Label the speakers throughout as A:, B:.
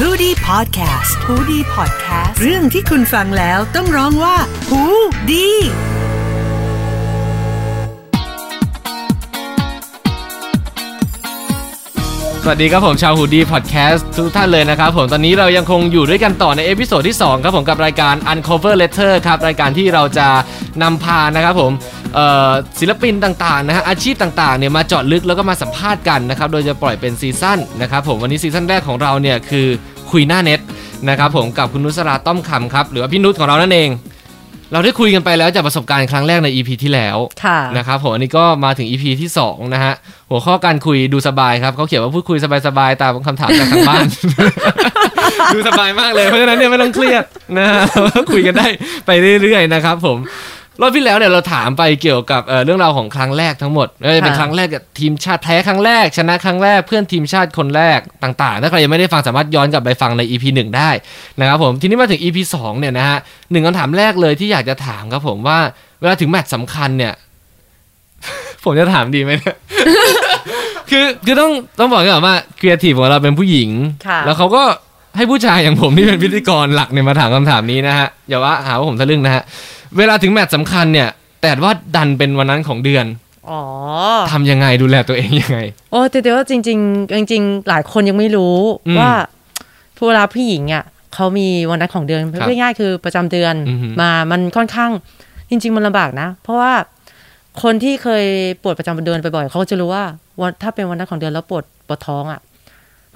A: h o ดี้พอดแคสต์ฮูดี้พอดแคสต์เรื่องที่คุณฟังแล้วต้องร้องว่าหูดี
B: สวัสดีครับผมชาวฮูดี้พอดแคสต์ทุกท่านเลยนะครับผมตอนนี้เรายังคงอยู่ด้วยกันต่อในเอพิโซดที่ 2 ครับผมกับรายการ Uncover Letter ครับ รายการที่เราจะนำพานะครับผมเอ่อศิลปินต่างๆนะฮะอาชีพต่างๆเนี่ยมาเจาะลึกแล้วก็มาสัมภาษณ์กันนะครับ โดยจะปล่อยเป็นซีซั่นนะครับผมวันนี้ซีซั่นแรกของเราเนี่ยคือคุยหน้าเน็ตนะครับผมกับคุณนุสราต้อมคำครับหรือว่าพี่นุชของเรานั่นเอง เราได้คุยกันไปแล้วจากประสบการณ์ครั้งแรกใน EP ที่แล้ว
A: ค่ะ
B: นะครับผมอันนี้ก็มาถึง EP ที่ 2 นะฮะ หัวข้อการคุยดูสบายครับเขาเขียนว่าพูดคุยสบายๆ ตามคำถามจากทาง บ้าน ดูสบายมากเลยเพราะฉะนั้นเนี่ยไม่ต้องเครียดนะฮะคุยกันได้ไปเรื่อยๆนะครับผมรอบที่แล้วเนี่ยเราถามไปเกี่ยวกับเอ่อเรื่องราวของครั้งแรกทั้งหมดเอ้ยเป็น
A: ค่ะ
B: ครั้งแรกกับทีมชาติแพ้ครั้งแรก ชนะครั้งแรกเพื่อนทีมชาติคนแรกต่างๆถ้าใครยังไม่ได้ฟังสามารถย้อนกลับไปฟังใน EP 1 ได้นะครับผมทีนี้มาถึง EP 2เนี่ยนะฮะหนึ่งคำถามแรกเลยที่อยากจะถามครับผมว่าเวลาถึงแมตช์สำคัญเนี่ย ผมจะถามดีไหมเนี่ย คือคือต้องต้องบอกก่อนว่าครีเอทีฟของเราเป็นผู้หญิง
A: ค่ะ
B: แล้วเขาก็ให้ผู้ชายอย่างผมที่เป็นพิธีกรหลักเนี่ยมาถามคำถามนี้นะฮะ อย่าว่าหาว่าผมทะลึ่งนะฮะ เวลาถึงแมตช์สำคัญเนี่ย แต่ว่าดันเป็นวันนั้นของเดือน
C: อ๋อ
B: ทำยังไงดูแลตัวเองยังไง
C: โอ้แต่เดี๋ยวว่าจริง ๆ จริง ๆ หลายคนยังไม่รู้
B: อืม
C: ว่าผู้รับผู้หญิงอ่ะเขามีวันนัดของเดือน
B: ครับ
C: พูดง่ายๆคือประจำเดือน
B: อือหือ
C: มามันค่อนข้างจริง ๆ มันลำบากนะ เพราะว่าคนที่เคยปวดประจำเดือนบ่อยๆเขาก็จะรู้ว่าวันถ้าเป็นวันนัดของเดือนแล้วปวดปวดท้องอ่ะ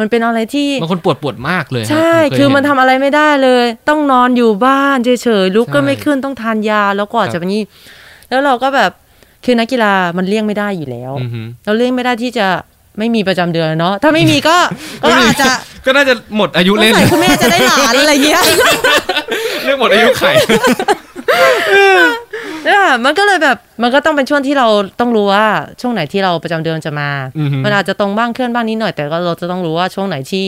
C: มันเป็นอะไรที่
B: บางคนปวดปวดมากเลยฮะ
C: ใช่
B: ผเย
C: คือมัน
B: เห็
C: ทำอะไรไม่ได้เลย ต้องนอนอยู่บ้านเฉยๆ ลุกก็
B: ใช่
C: ไม่ขึ้น ต้องทานยา แล้วก่อน
B: ครับ
C: จะเป็นนี้ แล้วเราก็แบบ คือนักกีฬามันเลี่ยงไม่ได้อยู่แล้ว
B: อือฮึ
C: เราเลี่ยงไม่ได้ที่จะไม่มีประจำเดือนเนาะ ถ้าไม่มีก็ ก็อาจจะ
B: ก็น่าจะหมดอายุ
C: เมื่
B: เล่
C: อน ไหร่คุณแม่จะได้หลานอะไร เงี้ย
B: เรื่องหมดอายุไข
C: เนี่ย มันก็เลยแบบ มันก็ต้องเป็นช่วงที่เราต้องรู้ว่า ช่วงไหนที่เราประจำเดือนจะมา
B: อือหือ
C: มันอาจจะตรงบ้างเคลื่อนบ้างนิดหน่อย แต่ก็เราจะต้องรู้ว่าช่วงไหนที่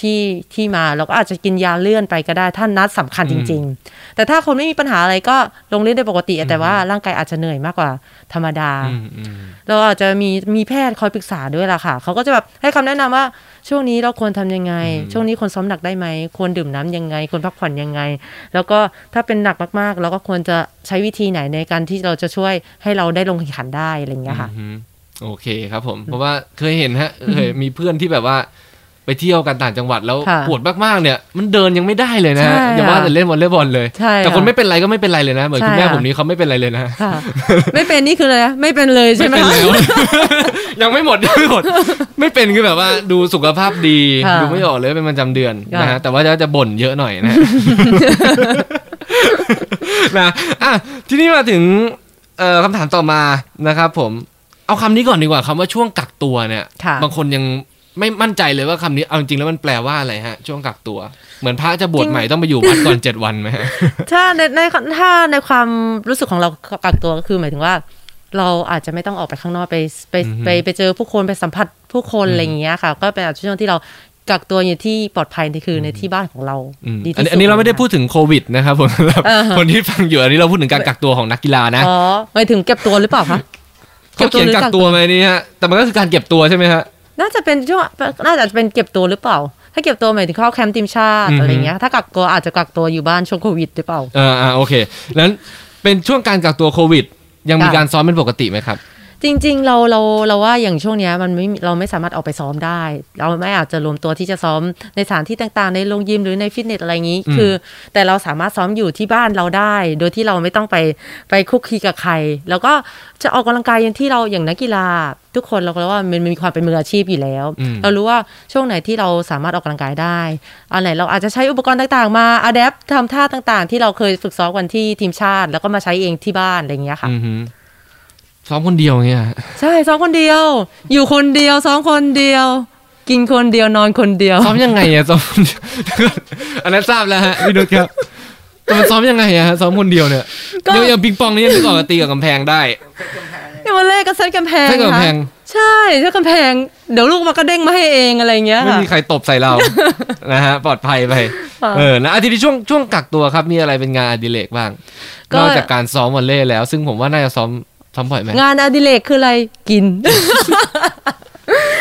C: ที่ที่มาเราก็อาจจะกินยาเลื่อนไปก็ได้ ถ้านัดสำคัญจริง ๆ แต่ถ้าคนไม่มีปัญหาอะไรก็ลงเล่นได้ปกติ แต่ว่าร่างกายอาจจะเหนื่อยมากกว่าธรรมดา
B: อืมอืม
C: เราอาจจะมีมีแพทย์คอยปรึกษาด้วยล่ะค่ะ เขาก็จะแบบให้คำแนะนำว่าช่วงนี้เราควรทำยังไง
B: อืม
C: ช่วงนี้ควรซ้อมหนักได้ไหม ควรดื่มน้ำยังไง ควรพักผ่อนยังไง แล้วก็ถ้าเป็นหนักมากๆ เราก็ควรจะใช้วิธีไหนในการที่เราจะช่วยให้เราได้ลงแข่งขันได้อะไรอย่างเงี้ยค่ะ
B: อือฮึโอเคครับผม เพราะว่าเคยเห็นฮะเคยมีเพื่อนที่แบบว่า ไปเที่ยวกันต่างจังหวัดแล้ว
C: ค่ะ
B: ปวดมากๆเนี่ย มันเดินยังไม่ได้เลยนะฮะ
C: ใช่
B: อย่าว่า
C: ค่ะ
B: แต่เล่นวอลเลย์บอลเลย
C: ใช่
B: แต่
C: ค่ะ
B: คนไม่เป็นไรก็ไม่เป็นไรเลยนะ เหมือน
C: ใช่
B: คุณแม่
C: ค่ะ
B: ผมนี้เขาไม่เป็นไรเลยนะ
C: ค่ะ ไม่เป็นนี่คืออะไรนะไม่เป็นเลยใช่
B: ไม่
C: ไหม
B: เป็นแล้
C: คะ
B: ว ยังไม่หมด ยังไม่หมด ไม่เป็นคือแบบว่าดูสุขภาพดี
C: ค่ะ
B: ดูไม่ออกเลยเป็นประจำเดือน
C: ค่ะ
B: นะฮะแต่ว่าจะจะบ่นเยอะหน่อย นะฮะ นะอ่ะทีนี้มาถึงเอ่อคำถามต่อมานะครับผม เอาคำนี้ก่อนดีกว่าคำว่าช่วงกักตัวเนี่ย
C: ค่ะ
B: บางคนยังไม่มั่นใจเลยว่าคำนี้เอาจริงๆแล้วมันแปลว่าอะไรฮะ ช่วงกักตัว เหมือนพระจะบวชใหม่ต้องไปอยู่วัด ก่อนเจ็ดวันไหมฮะ
C: ถ้าในในถ้าในความรู้สึกของเรากักตัวก็คือหมายถึงว่า เราอาจจะไม่ต้องออกไปข้างนอกไปไป
B: อือฮึ
C: ไปไปเจอผู้คนไปสัมผัสผู้คน
B: อืม
C: อะไรอย่างเงี้ยค่ะ ก็เป็นอาจจะช่วงที่เรากักตัวอยู่ที่ปลอดภัยนี่คือในที่บ้านของเรา
B: อืม
C: ดี
B: อันนี้
C: ที่สุด
B: อันนี้เราไม่ได้พูดถึงโควิดนะครับผม สำหรับ
C: อ่าฮะ
B: คนที่ฟังอยู่อันนี้เราพูดถึงการกักตัวของนักกีฬานะ
C: อ๋อหมายถึงเก็บตัวหรือเปล่าคะ
B: เขาเขียนกักตัวไหมนี่ฮะแต่มันก็คือการเก็บตัวใช่ไหมฮะ
C: น่าจะเป็นช่วงน่าจะเป็นเก็บตัวหรือเปล่า ถ้าเก็บตัวหมายถึงเข้าแคมป์ทีมชาติ
B: อือฮึ
C: อะไรอย่างเงี้ยถ้ากักตัวอาจจะกักตัวอยู่บ้านช่วงโควิดหรือเปล่า
B: เอ่าอ่าโอเคนั้นเป็นช่วงการกักตัวโควิด ยังมี
C: ค่ะ
B: การซ้อมเป็นปกติไหมครับ
C: จริงๆ เราเราเราว่าอย่างช่วงเนี้ยมันไม่เราไม่สามารถออกไปซ้อมได้ เราไม่อาจจะรวมตัวที่จะซ้อมในสถานที่ต่างๆ ในโรงยิมหรือในฟิตเนสอะไรอย่างนี้
B: อืม
C: คือ แต่เราสามารถซ้อมอยู่ที่บ้านเราได้ โดยที่เราไม่ต้องไปไปคุกคีกับใคร แล้วก็จะออกกำลังกายอย่างที่เราอย่างนักกีฬา ทุกคนเราก็ว่ามันมันมีความเป็นมืออาชีพอยู่แล้ว
B: อืม
C: เรารู้ว่าช่วงไหนที่เราสามารถออกกำลังกายได้อันไหนเราอาจจะใช้อุปกรณ์ต่างๆ มาอัดแอปทำท่าต่างๆ ที่เราเคยฝึกซ้อมกันที่ทีมชาติ แล้วก็มาใช้เองที่บ้านอะไรอย่างเงี้ยค่ะ
B: อือฮึซ้อมคนเดียวเงี้ยฮะ
C: ใช่ซ้อมคนเดียว อยู่คนเดียวซ้อมคนเดียว กินคนเดียวนอนคนเดียว
B: ซ้อมยังไงอะซ้อมคนเดียว อันนั้นทราบแล้วฮะพี่นุชครับแต่มันซ้อมยังไงอะฮะซ้อมคนเดียวเนี่ย
C: ก็
B: เดี๋ยวอย่างปิงปองนี่ยังนึกออกว่าตีกับกำแพงได้
C: เนี่ยวันแรกก็เซตกำแพง
B: เซตกำแพง
C: นะใช่เซตกำแพง เดี๋ยวลูกมันก็เด้งมาให้เองอะไรอย่างเงี้ย
B: ไม่
C: ค่ะ
B: มีใครตบใส่ เรา นะฮะ ปลอดภัยไป
C: ค่ะ
B: เออนะอาทิตย์ช่วงช่วงกักตัวครับ มีอะไรเป็นงานอดิเรกบ้าง นอกจากการซ้อมวอลเล่แล้ว ซึ่งผมว่าน่าจะซ้อมซ้อมบ่อยไหม
C: งานอดิเรกคืออะไรกิน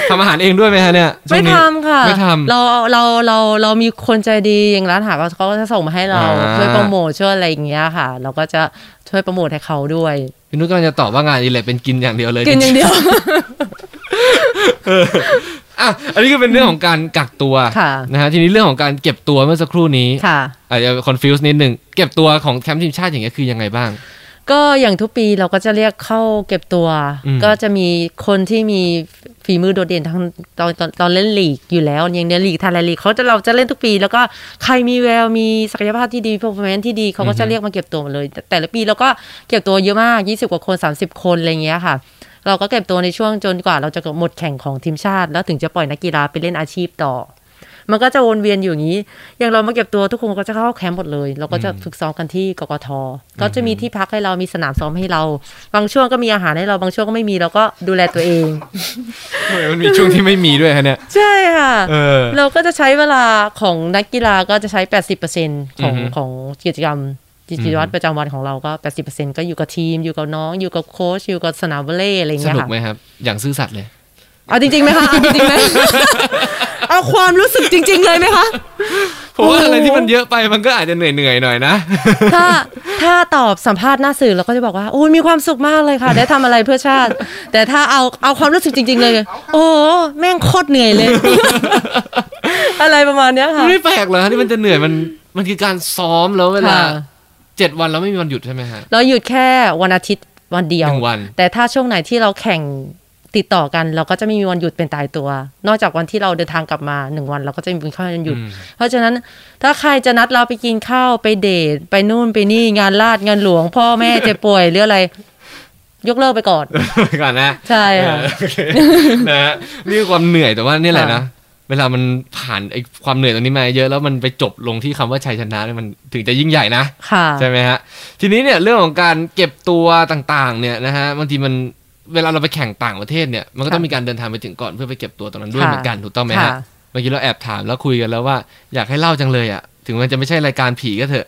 B: ทำอาหารเองด้วยไหมฮะเนี่ยช่ว
C: ไม่
B: งนี้
C: ทำค่ะ
B: ไม่ทำ
C: เราเราเราเรามีคนใจดีอย่างร้านอาหารเขาก็จะส่งมาให้เรา
B: อ่า
C: ช่วยโปรโมทช่วยอะไรอย่างเงี้ยค่ะ เราก็จะช่วยโปรโมทให้เขาด้วย
B: พี่นุชกำลังจะตอบว่างานอดิเรกเป็นกินอย่างเดียวเลย
C: กินอย่างเดียว
B: อ่ะอันนี้ก็เป็นเรื่องของการกักตัว
C: ค่ะ
B: นะฮะทีนี้เรื่องของการเก็บตัวเมื่อสักครู่นี้
C: ค่ะ
B: อาจจะคอนฟิวส์นิดหนึ่งเก็บตัวของแคมป์ทีมชาติอย่างเงี้ยคือยังไงบ้าง
C: ก็อย่างทุกปีเราก็จะเรียกเข้าเก็บตัว
B: อืม
C: ก็จะมีคนที่มีฝีมือโดดเด่นทั้งตอนตอนตอนเล่นลีกอยู่แล้วอย่างเนี้ยลีกไทยแลนด์ลีกเขาจะเราจะเล่นทุกปี แล้วก็ใครมีแววมีศักยภาพที่ดี performance ที่ดีเขาก็
B: อือฮึ
C: จะเรียกมาเก็บตัวหมดเลย แต่แต่ละปีเราก็เก็บตัวเยอะมาก 20 กว่าคน 30 คนอะไรอย่างเงี้ยค่ะ เราก็เก็บตัวในช่วงจนกว่าเราจะหมดแข่งของทีมชาติ แล้วถึงจะปล่อยนักกีฬาไปเล่นอาชีพต่อ มันก็จะวนเวียนอยู่อย่างนี้ อย่างเรามาเก็บตัวทุกคนก็จะเข้าแคมป์หมดเลย เราก็จะ
B: อืม
C: ฝึกซ้อมกันที่กกท ก็จะมีที่พักให้เรา มีสนามซ้อมให้เรา บางช่วงก็มีอาหารให้เรา บางช่วงก็ไม่มี เราก็ดูแลตัวเอง
B: ทำไมมันมีช่วงที่ไม่มีด้วยฮะเนี่ย
C: ใช่ค่ะ
B: เออ
C: เราก็จะใช้เวลาของนักกีฬาก็จะใช้ 80%ของ
B: อือฮึ
C: ของกิจกรรมกิจวัตรประจำวันของเราก็ 80%ก็อยู่กับทีม อยู่กับน้อง อยู่กับโค้ช อยู่กับสนามวอลเลย์อะไรอย่าง
B: ส
C: เงี้ย
B: นุก
C: ค่ะ
B: ไหมครับ อย่างซื่อสัตย์เลย
C: เอาจริ งๆไหมคะเอาจริงๆไหม เอาความรู้สึกจริง ๆ เลยไหมคะ
B: เพราะว่าอะไรที่มันเยอะไปมันก็อาจจะเหนื่อยๆหน่อยนะ
C: ถ้าถ้าตอบสัมภาษณ์หน้าสื่อเราก็จะบอกว่าโอ้ยมีความสุขมากเลยค่ะ ได้ทำอะไรเพื่อชาติ แต่ถ้าเอาเอาความรู้สึกจริง ๆ เลย โอ้แม่งโคตรเหนื่อยเลย อะไรประมาณเนี้ยค่ะ
B: ไม่แปลกเหรอที่มันจะเหนื่อยมันมันคือการซ้อมแล้วเวลา
C: ค่ะ
B: เจ็ดวันแล้วไม่มีวันหยุดใช่ไหมฮะ
C: เราหยุดแค่วันอาทิตย์วันเดียว
B: หนึ่งวัน
C: แต่ถ้าช่วงไหนที่เราแข่งติดต่อกัน เราก็จะไม่มีวันหยุดเป็นตายตัว นอกจากวันที่เราเดินทางกลับมาหนึ่งวัน เราก็จะมีวันหยุด
B: อืม
C: เพราะฉะนั้นถ้าใครจะนัดเราไปกินข้าวไปเดทไปนู่นไปนี่งานลาดงานหลวง พ่อแม่เจ็บป่วยหรืออะไร ยกเลิกไปก่อน
B: ก่อนนะ
C: ใช่ค่ะ
B: เออโอเคนะฮะนี่คือความเหนื่อยแต่ว่านี่แหละนะ
C: ค่ะ
B: เวลามันผ่านไอ้ความเหนื่อยตรงนี้มาเยอะแล้วมันไปจบลงที่คำว่าชัยชนะเนี่ยมันถึงจะยิ่งใหญ่นะ
C: ค่ะ
B: ใช่ไหมฮะ ทีนี้เนี่ยเรื่องของการเก็บตัวต่างๆ เนี่ยนะฮะบางทีมันเวลาเราไปแข่งต่างประเทศเนี่ยมันก็ต้อง
C: ค่ะ
B: มีการเดินทางไปถึงก่อนเพื่อไปเก็บตัวตรงนั้นด้วย
C: ค่ะ
B: เหมือนกันถูกต้องไหมฮะ
C: ค่ะ
B: เมื่อกี้เราแอบถามแล้วคุยกันแล้วว่าอยากให้เล่าจังเลยอ่ะถึงมันจะไม่ใช่รายการผีก็เถ อะ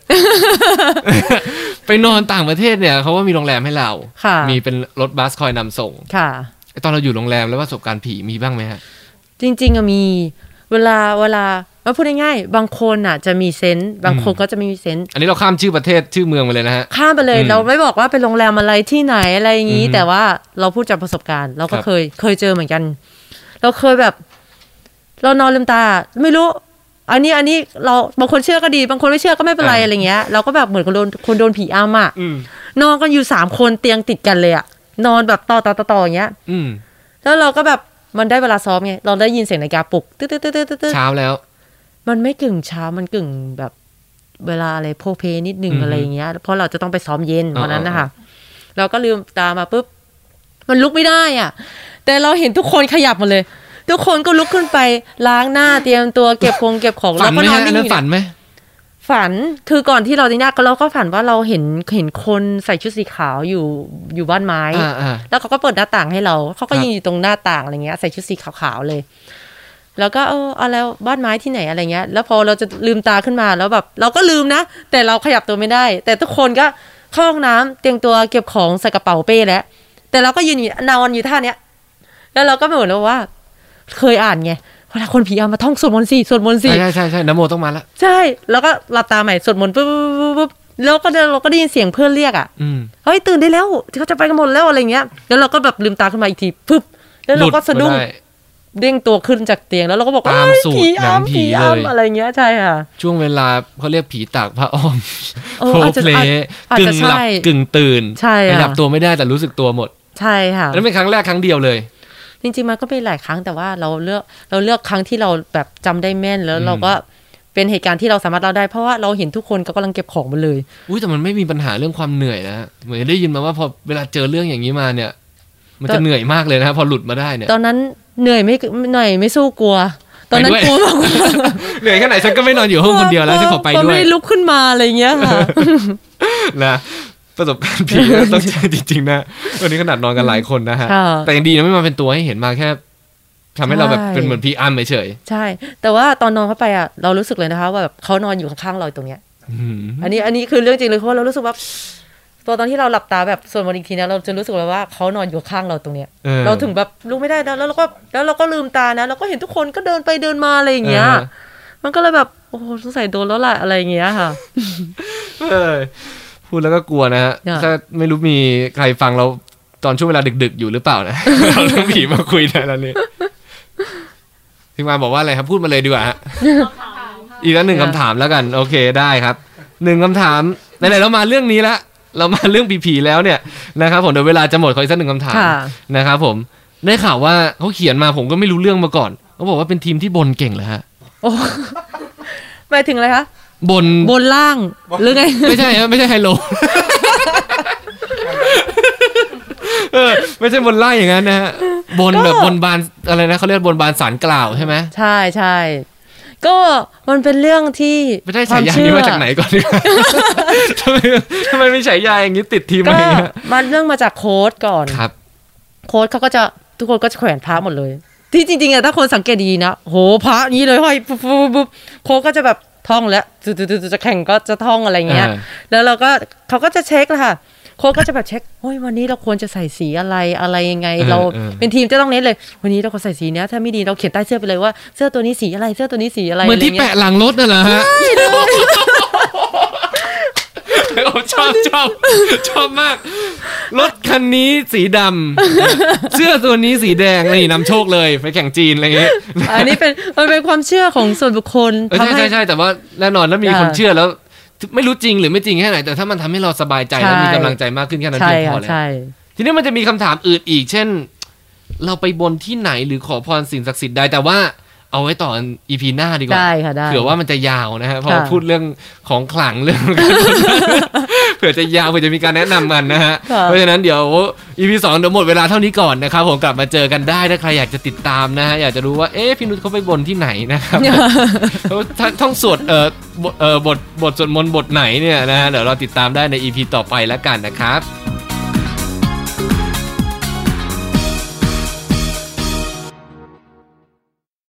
B: ไปนอนต่างประเทศเนี่ยเขาว่ามีโรงแรมให้เรา
C: ค่ะ
B: มีเป็นรถบัสคอยนำส่ง
C: ค่ะ
B: ไอ้ตอนเราอยู่โรงแรมแล้วประสบการณ์ผีมีบ้างไหมฮะ
C: จริงๆอะมีเวลาเวลามาพูดง่ายๆบางคนอะจะมีเซนต์บางคน
B: อืม
C: ก็จะไม่มีเซนต์
B: อันนี้เราข้ามชื่อประเทศชื่อเมืองไปเลยนะฮะ
C: ข้ามไปเลย
B: อืม
C: เราไม่บอกว่าเป็นโรงแรมอะไรที่ไหนอะไรอย่างนี้
B: อืม
C: แต่ว่าเราพูดจากประสบการณ์ เราก็
B: ครับ
C: เคยเคยเจอเหมือนกัน เราเคยแบบ เรานอนลืมตา ไม่รู้ อันนี้อันนี้เราบางคนเชื่อก็ดี บางคนไม่เชื่อก็ไม่เป็นไรอะไรเงี้ยเราก็แบบเหมือนคนโดนคนโดนผีอำอ่ะ
B: อืม
C: นอนกันอยู่สามคนเตียงติดกันเลยอ่ะนอนแบบต่อต่อต่อต่ออย่างเงี้ย
B: อืม
C: แล้วเราก็แบบมันได้เวลาซ้อมไงเราได้ยินเสียงนาฬิกาปลุกตึ๊ดตึ๊ดตึ๊ดตึ๊ดตึ๊ดตึ๊ด
B: เช้าแล้ว
C: มันไม่กึ่งเช้ามันกึ่งแบบเวลาอะไรโพเพนิดนึง
B: อือฮึ
C: อะไรอย่างเงี้ยเพราะเราจะต้องไปซ้อมเย็น
B: อ๋อ
C: วันนั้นนะคะเราก็ลืมตามาปุ๊บมันลุกไม่ได้อ่ะ แต่เราเห็นทุกคนขยับหมดเลย ทุกคนก็ลุกขึ้นไปล้างหน้าเตรียมตัวเก็บคงเก็บของ
B: ฝั
C: แล้ว
B: น
C: ก็
B: ไหม
C: นอน
B: ฮะอัน
C: นิ่
B: นั้น
C: งๆ
B: ฝันไหม
C: ฝันคือก่อนที่เราจะเนี่ยเราก็ฝันว่าเราเห็นเห็นคนใส่ชุดสีขาวอยู่อยู่บ้านไม้
B: อ่าอ่า
C: แล้วเขาก็เปิดหน้าต่างให้เราเขาก็
B: ครับ
C: ยืนอยู่ตรงหน้าต่างอะไรเงี้ยใส่ชุดสีขาวๆเลย แล้วก็เออเอาแล้วบ้านไม้ที่ไหนอะไรเงี้ย แล้วพอเราจะลืมตาขึ้นมาแล้วแบบเราก็ลืมนะ แต่เราขยับตัวไม่ได้ แต่ทุกคนก็เข้าห้องน้ำเตรียมตัวเก็บของใส่กระเป๋าเป้แล้ว แต่เราก็ยืนอยู่นอนอยู่ท่าเนี้ย แล้วเราก็เหมือนว่า เคยอ่านไงเวลาคนผีเอามาท่องสวดมนต์สิสวดมนต์สิ
B: ใช่ใช่ใช่ใช่นโมต้องมาละ
C: ใช่ แล้วก็หลับตาใหม่สวดมนต์ปุ๊บปุ๊บปุ๊บปุ๊บแล้วก็เราก็ได้ยินเสียงเพื่อนเรียกอ่ะ
B: อืม
C: เฮ้ยตื่นได้แล้วเขาจะไปกันหมดแล้วอะไรเงี้ย แล้วเราก็แบบลืมตาขึ้นมาอีกทีปุ๊บแล้วเราก็สะดุ้ง
B: หลุมาไ
C: เด้งตัวขึ้นจากเตียงแล้วเราก็บอก
B: ตาม
C: เอ้ย
B: สูตร
C: ผี
B: หนัง
C: อำ
B: ผี
C: ผี
B: เลย
C: อำอะไรเงี้ยใช่ค่ะ
B: ช่วงเวลาเขาเรียกผีตากพระอ้อม
C: เอ
B: โผ
C: อ
B: ล่
C: อาจจะ
B: เพลย์
C: อาจ
B: กึ่
C: จะ
B: ง
C: ใช่
B: หลับกึ่งตื่น
C: ใช่อะ
B: แต่หลับตัวไม่ได้แต่รู้สึกตัวหมด
C: ใช่ค่ะ
B: อันนั่นเป็นครั้งแรกครั้งเดียวเลย
C: จริงๆมันก็เป็นหลายครั้งแต่ว่าเราเลือกเราเลือกครั้งที่เราแบบจำได้แม่นแล้วเราก็เป็นเหตุการณ์ที่เราสามารถเราได้เพราะว่าเราเห็นทุกคนเขากำลังเก็บของหมาเลย
B: อุ้ยแต่มันไม่มีปัญหาเรื่องความเหนื่อยนะฮะเหมือนได้ยินมาว่าพอเวลาเจอเรื่องอย่างนี้มาเนี่ย มันจะเหนื่อยมากเลยนะฮะพอหลุดมาได้เนี่ย
C: ตอนนั้นเหนื่อยไม่เหนื่อยไม่สู้กลัว ตอนนั้น
B: ไปด้วย
C: กลัวมากกว่า
B: เหนื่อยแค่ไหนฉันก็ไม่นอนอยู่ห้องคนเดียวแล้วฉันขอไป
C: กลั
B: ด้วย
C: ไม่ลุกขึ้นมาอะไรเงี้ยค่ะ
B: นะประสบการณ์ผีนะต้องเจอจริงๆนะวันนี้ขนาดนอนกันหลายคนนะฮะ
C: ค่ะ
B: แต่ยังดีนะไม่มาเป็นตัวให้เห็นมาแค่ทำให้เราแบบ
C: ใช่
B: เป็นเหมือนพีอัมเฉย
C: ใช่ แต่ว่าตอนนอนเข้าไปอ่ะเรารู้สึกเลยนะคะ ว่าแบบเขานอนอยู่ข้างๆเราอยู่ตรงเนี้ย
B: ๆอืม
C: อันนี้อันนี้คือเรื่องจริงเลยเพราะว่าเรารู้สึกว่าป ตัวตอนที่เราหลับตาแบบส่วนวันอีกทีนะเราจะรู้สึกเลยว่าเขานอนอยู่ข้างเราตรงเนี้ย
B: เออ
C: เราถึงแบบรู้ไม่ได้แล้วแล้วเราก็แล้วเราก็ลืมตานะเราก็เห็นทุกคนก็เดินไปเดินมาอะไรอย่างเงี้ย
B: เออ
C: มันก็เลยแบบโอ้โหสงสัยโดนแล้วล่ะอะไรอย่างเงี้ยค่ะ
B: เออพูดแล้วก็กลัวนะฮะ
C: อ่ะ
B: ถ้าไม่รู้มีใครฟังเราตอนช่วงเวลาดึก ๆ อยู่หรือเปล่านะ เราเรื่องผีมาคุยได้แล้วเนี่ยทีมงานบอกว่าอะไรครับพูดมาเลยดีกว่าฮะอีกแล้วหนึ่งคำถามแล้วกัน โอเคได้ครับหนึ่งคำถามไหนๆเรามาเรื่องนี้ละเรามาเรื่องผีๆแล้วเนี่ยนะครับผมเดี๋ยวเวลาจะหมดขออีกสักหนึ่งคำถาม
C: ค่ะ
B: นะครับผมได้ข่าวว่าเขาเขียนมาผมก็ไม่รู้เรื่องมาก่อนเขาบอกว่าเป็นทีมที่บนเก่งเหรอฮะ
C: โอ้หมายถึงอะไรคะ
B: บน
C: บนล่างหรือไง
B: ไม่ใช่ ฮะไม่ใช่ไฮโลเออไม่ใช่บนไล่อย่างนั้นนะฮะบนแบบบนบานอะไรนะเขาเรียกบนบานสารกล่าวใช่ไหม
C: ใช่ใช่ก็มันเป็นเรื่องที่
B: ไม่ได้
C: คว
B: ฉายา
C: เชื่อ
B: นี้มาจากไหนก่อนดีกว่าทำไม ทำไมไม่ฉายาอย่างนี้ติดทีม
C: ก็
B: มาอย่างเงี้ย
C: มันเรื่องมาจากโค้ดก่อน
B: ครับ
C: โค้ดเขาก็จะทุกคนก็จะแขวนพระหมดเลย ที่จริงๆอะถ้าคนสังเกตดีๆนะโหพระนี้เลยห้อยปุ๊บปุ๊บปุ๊บโค้ดก็จะแบบท่องแล้วจุดๆๆจะแข่งก็จะท่องอะไรเงี้ย
B: เออ
C: แล้วเราก็เขาก็จะเช็คแหละค่ะ โค้ดก็จะแบบเช็คเฮ้ยวันนี้เราควรจะใส่สีอะไรอะไรยังไง
B: เออ
C: เรา
B: เออ
C: เป็นทีมจะต้องเน้นเลย วันนี้เราควรใส่สีเนี้ยถ้าไม่ดีเราเขียนใต้เสื้อไปเลยว่าเสื้อตัวนี้สีอะไรเสื้อตัวนี้สีอะไร
B: เหมือนที่
C: ะไรงี้ย
B: แปะหลังรถน่ะเหรอฮะโอ้ชอบชอบชอบมาก รถคันนี้สีดำ เสื้อตัวนี้สีแดงนี่นำโชคเลยไปแข่งจีนอะไรอย่างเงี้ย
C: อันนี้เป็นมันเป็นความเชื่อของส่วนบุคคล
B: เออใช่
C: ทำให้
B: ใช่ใช่แต่ว่าแน่นอนแล้วมี
C: อ่า
B: คนเชื่อแล้ว ไม่รู้จริงหรือไม่จริงแค่ไหน แต่ถ้ามันทำให้เราสบายใจ แล้ว
C: ใช่
B: มีกำลังใจมากขึ้นแค่นั้น
C: ใช่
B: เพียงพอ
C: ค่ะ
B: แล้ว
C: ใช่
B: ทีนี้มันจะมีคำถามอื่นอีก เช่น เราไปบนที่ไหนหรือขอพรสิ่งศักดิ์สิทธิ์ใดแต่ว่าเอาไว้ต่ออีพีหน้าดีกว่า
C: ได้ค่ะได้
B: เผื่อว่ามันจะยาวนะฮะพอ
C: ค่ะ
B: พูดเรื่องของขลังเรื่อง เผื่อจะยาวเผื่อจะมีการแนะนำกันนะฮะ
C: ค่ะ
B: เพราะฉะนั้นเดี๋ยว EP สองเดี๋ยวหมดเวลาเท่านี้ก่อนนะครับผมกลับมาเจอกันได้ถ้าใครอยากจะติดตามนะฮะอยากจะรู้ว่าเอ๊ะพี่นุชเขาไปบนที่ไหนนะครับ เขาท่องสวดเอ่อบทเอ่อบทบทสวดมนต์บทไหนเนี่ยนะฮะเดี๋ยวเราติดตามได้ใน EP ต่อไปแล้วกันนะครับ